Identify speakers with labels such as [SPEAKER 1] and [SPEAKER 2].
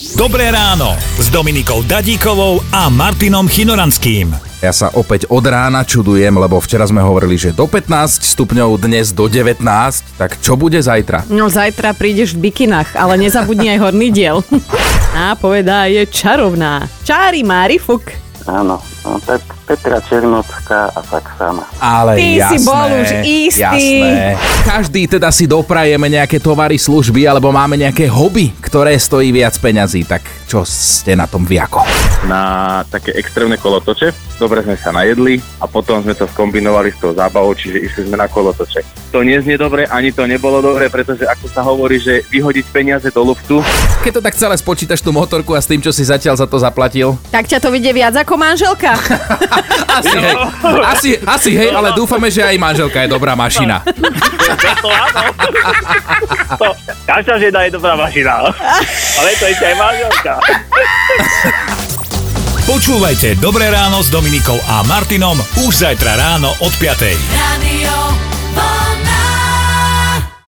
[SPEAKER 1] Dobré ráno s Dominikou Dadíkovou a Martinom Chinoranským.
[SPEAKER 2] Ja sa opäť od rána čudujem, lebo včera sme hovorili, že do 15 stupňov, dnes do 19, tak čo bude zajtra?
[SPEAKER 3] No zajtra prídeš v bikinách, ale nezabudni aj horný diel. A povedá je čarovná. Čári Mári Fuk.
[SPEAKER 4] Áno, no, tak Petra Černovská a tak sama.
[SPEAKER 2] Ale
[SPEAKER 3] Ty
[SPEAKER 2] jasné,
[SPEAKER 3] si bol už istý.
[SPEAKER 2] Jasné. Každý teda si doprajeme nejaké tovary, služby alebo máme nejaké hobby, ktoré stojí viac peňazí. Tak čo ste na tom vy ako?
[SPEAKER 5] na také extrémne kolotoče. Dobre sme sa najedli a potom sme to skombinovali s tou zábavou, čiže išli sme na kolotoče. To neznie dobre, ani to nebolo dobre, pretože ako sa hovorí, že vyhodiť peniaze do luftu,
[SPEAKER 2] Keď to tak celé spočítaš tú motorku a s tým, čo si zatiaľ za to zaplatil?
[SPEAKER 3] Tak ťa to vidie viac ako manželka.
[SPEAKER 2] Asi hej, asi, asi hej, ale dúfame, že aj manželka je dobrá mašina.
[SPEAKER 6] To áno. To, každá žena je dobrá mašina. Ale to ešte aj manželka.
[SPEAKER 1] Počúvajte Dobré ráno s Dominikou a Martinom už zajtra ráno od 5.
[SPEAKER 7] Radio Bond.